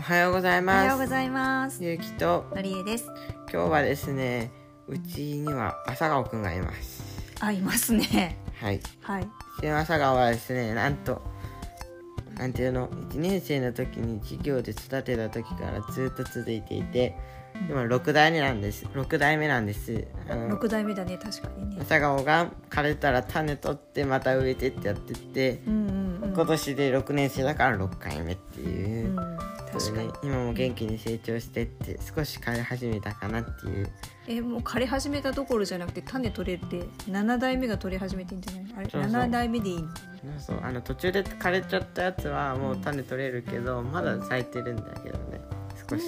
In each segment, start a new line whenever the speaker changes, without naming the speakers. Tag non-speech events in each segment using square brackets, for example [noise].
はようござい
おはよ
ま
うご
す。
ざいます。
ゆうきと
のりえです。
今日はですね、うちには朝顔くんがいます。
あ、いますね。
[laughs] はい。
はい。
で朝顔はですね、なんとなんていうの、1年生の時に授業で育てた時からずっと続いていて、今6代目なんです。6代目なんです。あの
六代目だね、確かにね。
朝顔が枯れたら種取ってまた植えてってやってって、
うんうんうん。
今年で6年生だから6回目っていう。
うん、
これ
確かに
ね。今も元気に成長してって少し枯れ始めたかなっていう
え、もう枯れ始めたところじゃなくて、種取れて、七代目が取れ始めてんじゃないの。あれ、
そうそう
七代目でいいの。
そうそうあの途中で枯れちゃったやつはもう種取れるけどまだ咲いてるんだけどね少し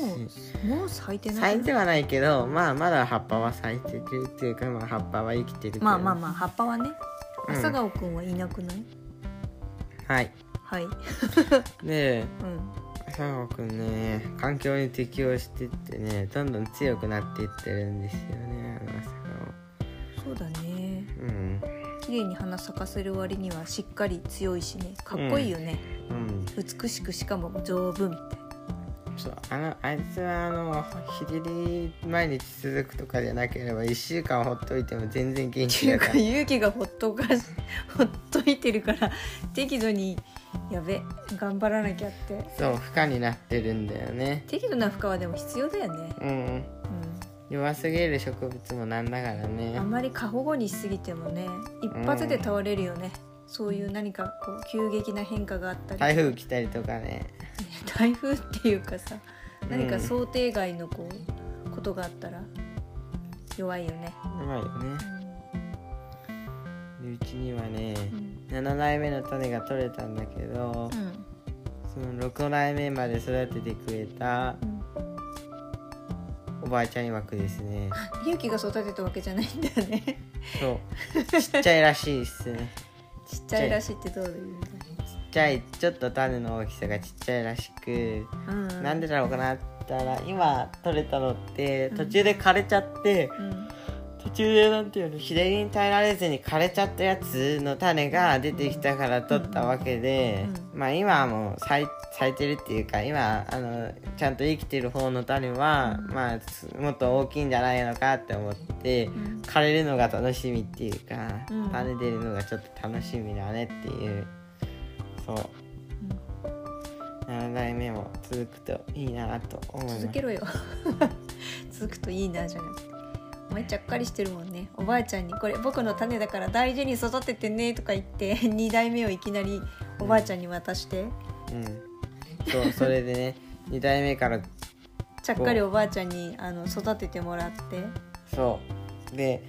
もう、もう咲いてない。
咲いてはないけどまあまだ葉っぱは咲いてるっていうか、まあ、葉っぱは生きてるけど
まあまあまあ、葉っぱはね。
うん
朝顔くんはいなくない。
あはい
はい。
で
うん。
朝顔くんね環境に適応してってねどんどん強くなっていってるんですよねあの朝
そうだね。
顔うん
綺麗に花咲かせる割には、しっかり強いしね。かっこいいよね。
うん
美しく、しかも丈夫みたいな。
そうあのあいつはあの日照り毎日続くとかじゃなければ1週間ほっといても全然元
って
気
い
だ
う
か
か勇気がほっとかし [laughs] ほっといてるから適度にやべ頑張らなきゃって
らそう負荷になってるんだよね
適度な負荷はでも必要だよね、
うん弱すぎる植物もなんだから
うん、あ
ね
んまり過保護にしすぎてもね一発で倒れるよね、そういう何かこう急激な変化があったり
台風来たりとかね
[laughs] 台風っていうかさ
ん
何か想定外のこうことがあったら弱いよね、
やばいよねでうちにはね
うん
7代目の種が取れたんだけどその6代目まで育ててくれた
うん
おばあちゃん曰くですね
勇気が育てたわけじゃないんだよね [laughs]
そうちっちゃいらしいっすね
ちっちゃいらしいってどういう意味だね
ちっちゃいちょっと種の大きさがちっちゃいらしく
うん
なんでだろうかなって言ったら今取れたのって途中で枯れちゃって、
うん
途中でなんていうの日照りに耐えられずに枯れちゃったやつの種が出てきたから取ったわけで、まあ今はもう咲い咲いてるっていうか今あのちゃんと生きてる方の種は、まあすもっと大きいんじゃないのかって思って、
ん
枯れるのが楽しみっていうか、
うん
種出るのがちょっと楽しみだねっていうそう。7代目も続くといいなと思います
続けろよ [laughs] 続くといいなじゃなくてお前ちゃっかりしてるもんねおばあちゃんに「これ僕の種だから大事に育ててね」とか言って2 [laughs] 代目をいきなりおばあちゃんに渡して、
うん、そうそれでね2代目から
ちゃっかりおばあちゃんにあの育ててもらって
そうで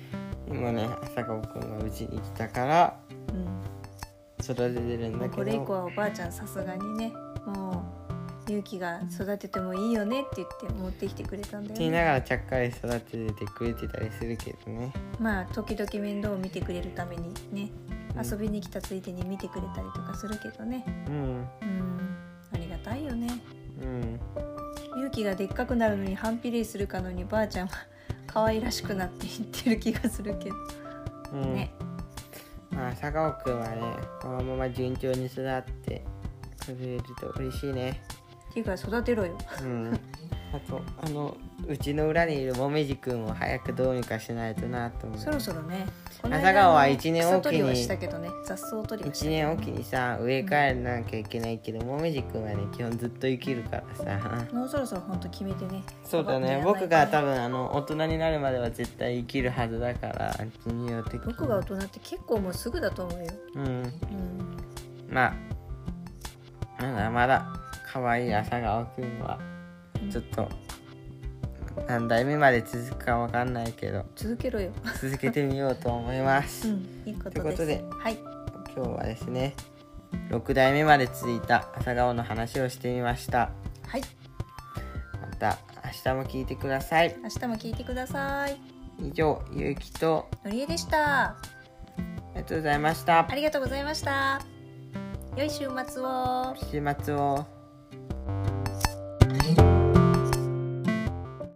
今ね朝顔くんがうちに来たから
うん
育ててるんだけど
これ以降はおばあちゃんさすがにねもう勇気が育ててもいいよねって言って持ってきてくれたんだ
って
よ
言いな
ね
がらちゃっかり育ててくれてたりするけどね
まあ時々面倒を見てくれるためにね
うん
遊びに来たついでに見てくれたりとかするけどね
うん
うんありがたいよね
うん
勇気がでっかくなるのに反比例するかのようにばあちゃんは可愛らしくなっていってる気がするけど
うん、
ね、
まあ朝顔くんはねこのまま順調に育ってくれると嬉しいね
っていうか育てろよ
う
[laughs]
んあとあのうちの裏にいるもみじくんを早くどうにかしないとなと思う
そろそろねこの間
朝顔は
あの
一年
草取り
おき
は
に
したけどね雑草取りはした
1
けどね
年おきにさ植え替えなきゃいけないけど、もみじくんはね基本ずっと生きるからさ
もうそろそろ本当決めてね
そうだね僕が多分あの大人になるまでは絶対生きるはずだから授業的に
僕が大人って結構もうすぐだと思うよ、
うん
うん、
まあまだまだ可愛い朝顔くんはちょっと何代目まで続くかわかんないけど
続けろよ、
続けてみようと思いま
う
す
ん、いいことです
というこ
はい
今日はですね6代目まで続いた朝顔の話をしてみました
はい
また明日も聞いてください
明日も聞いてください
以上ゆうきと
のりえでした
ありがとうございました
ありがとうございました良い週末を
週末を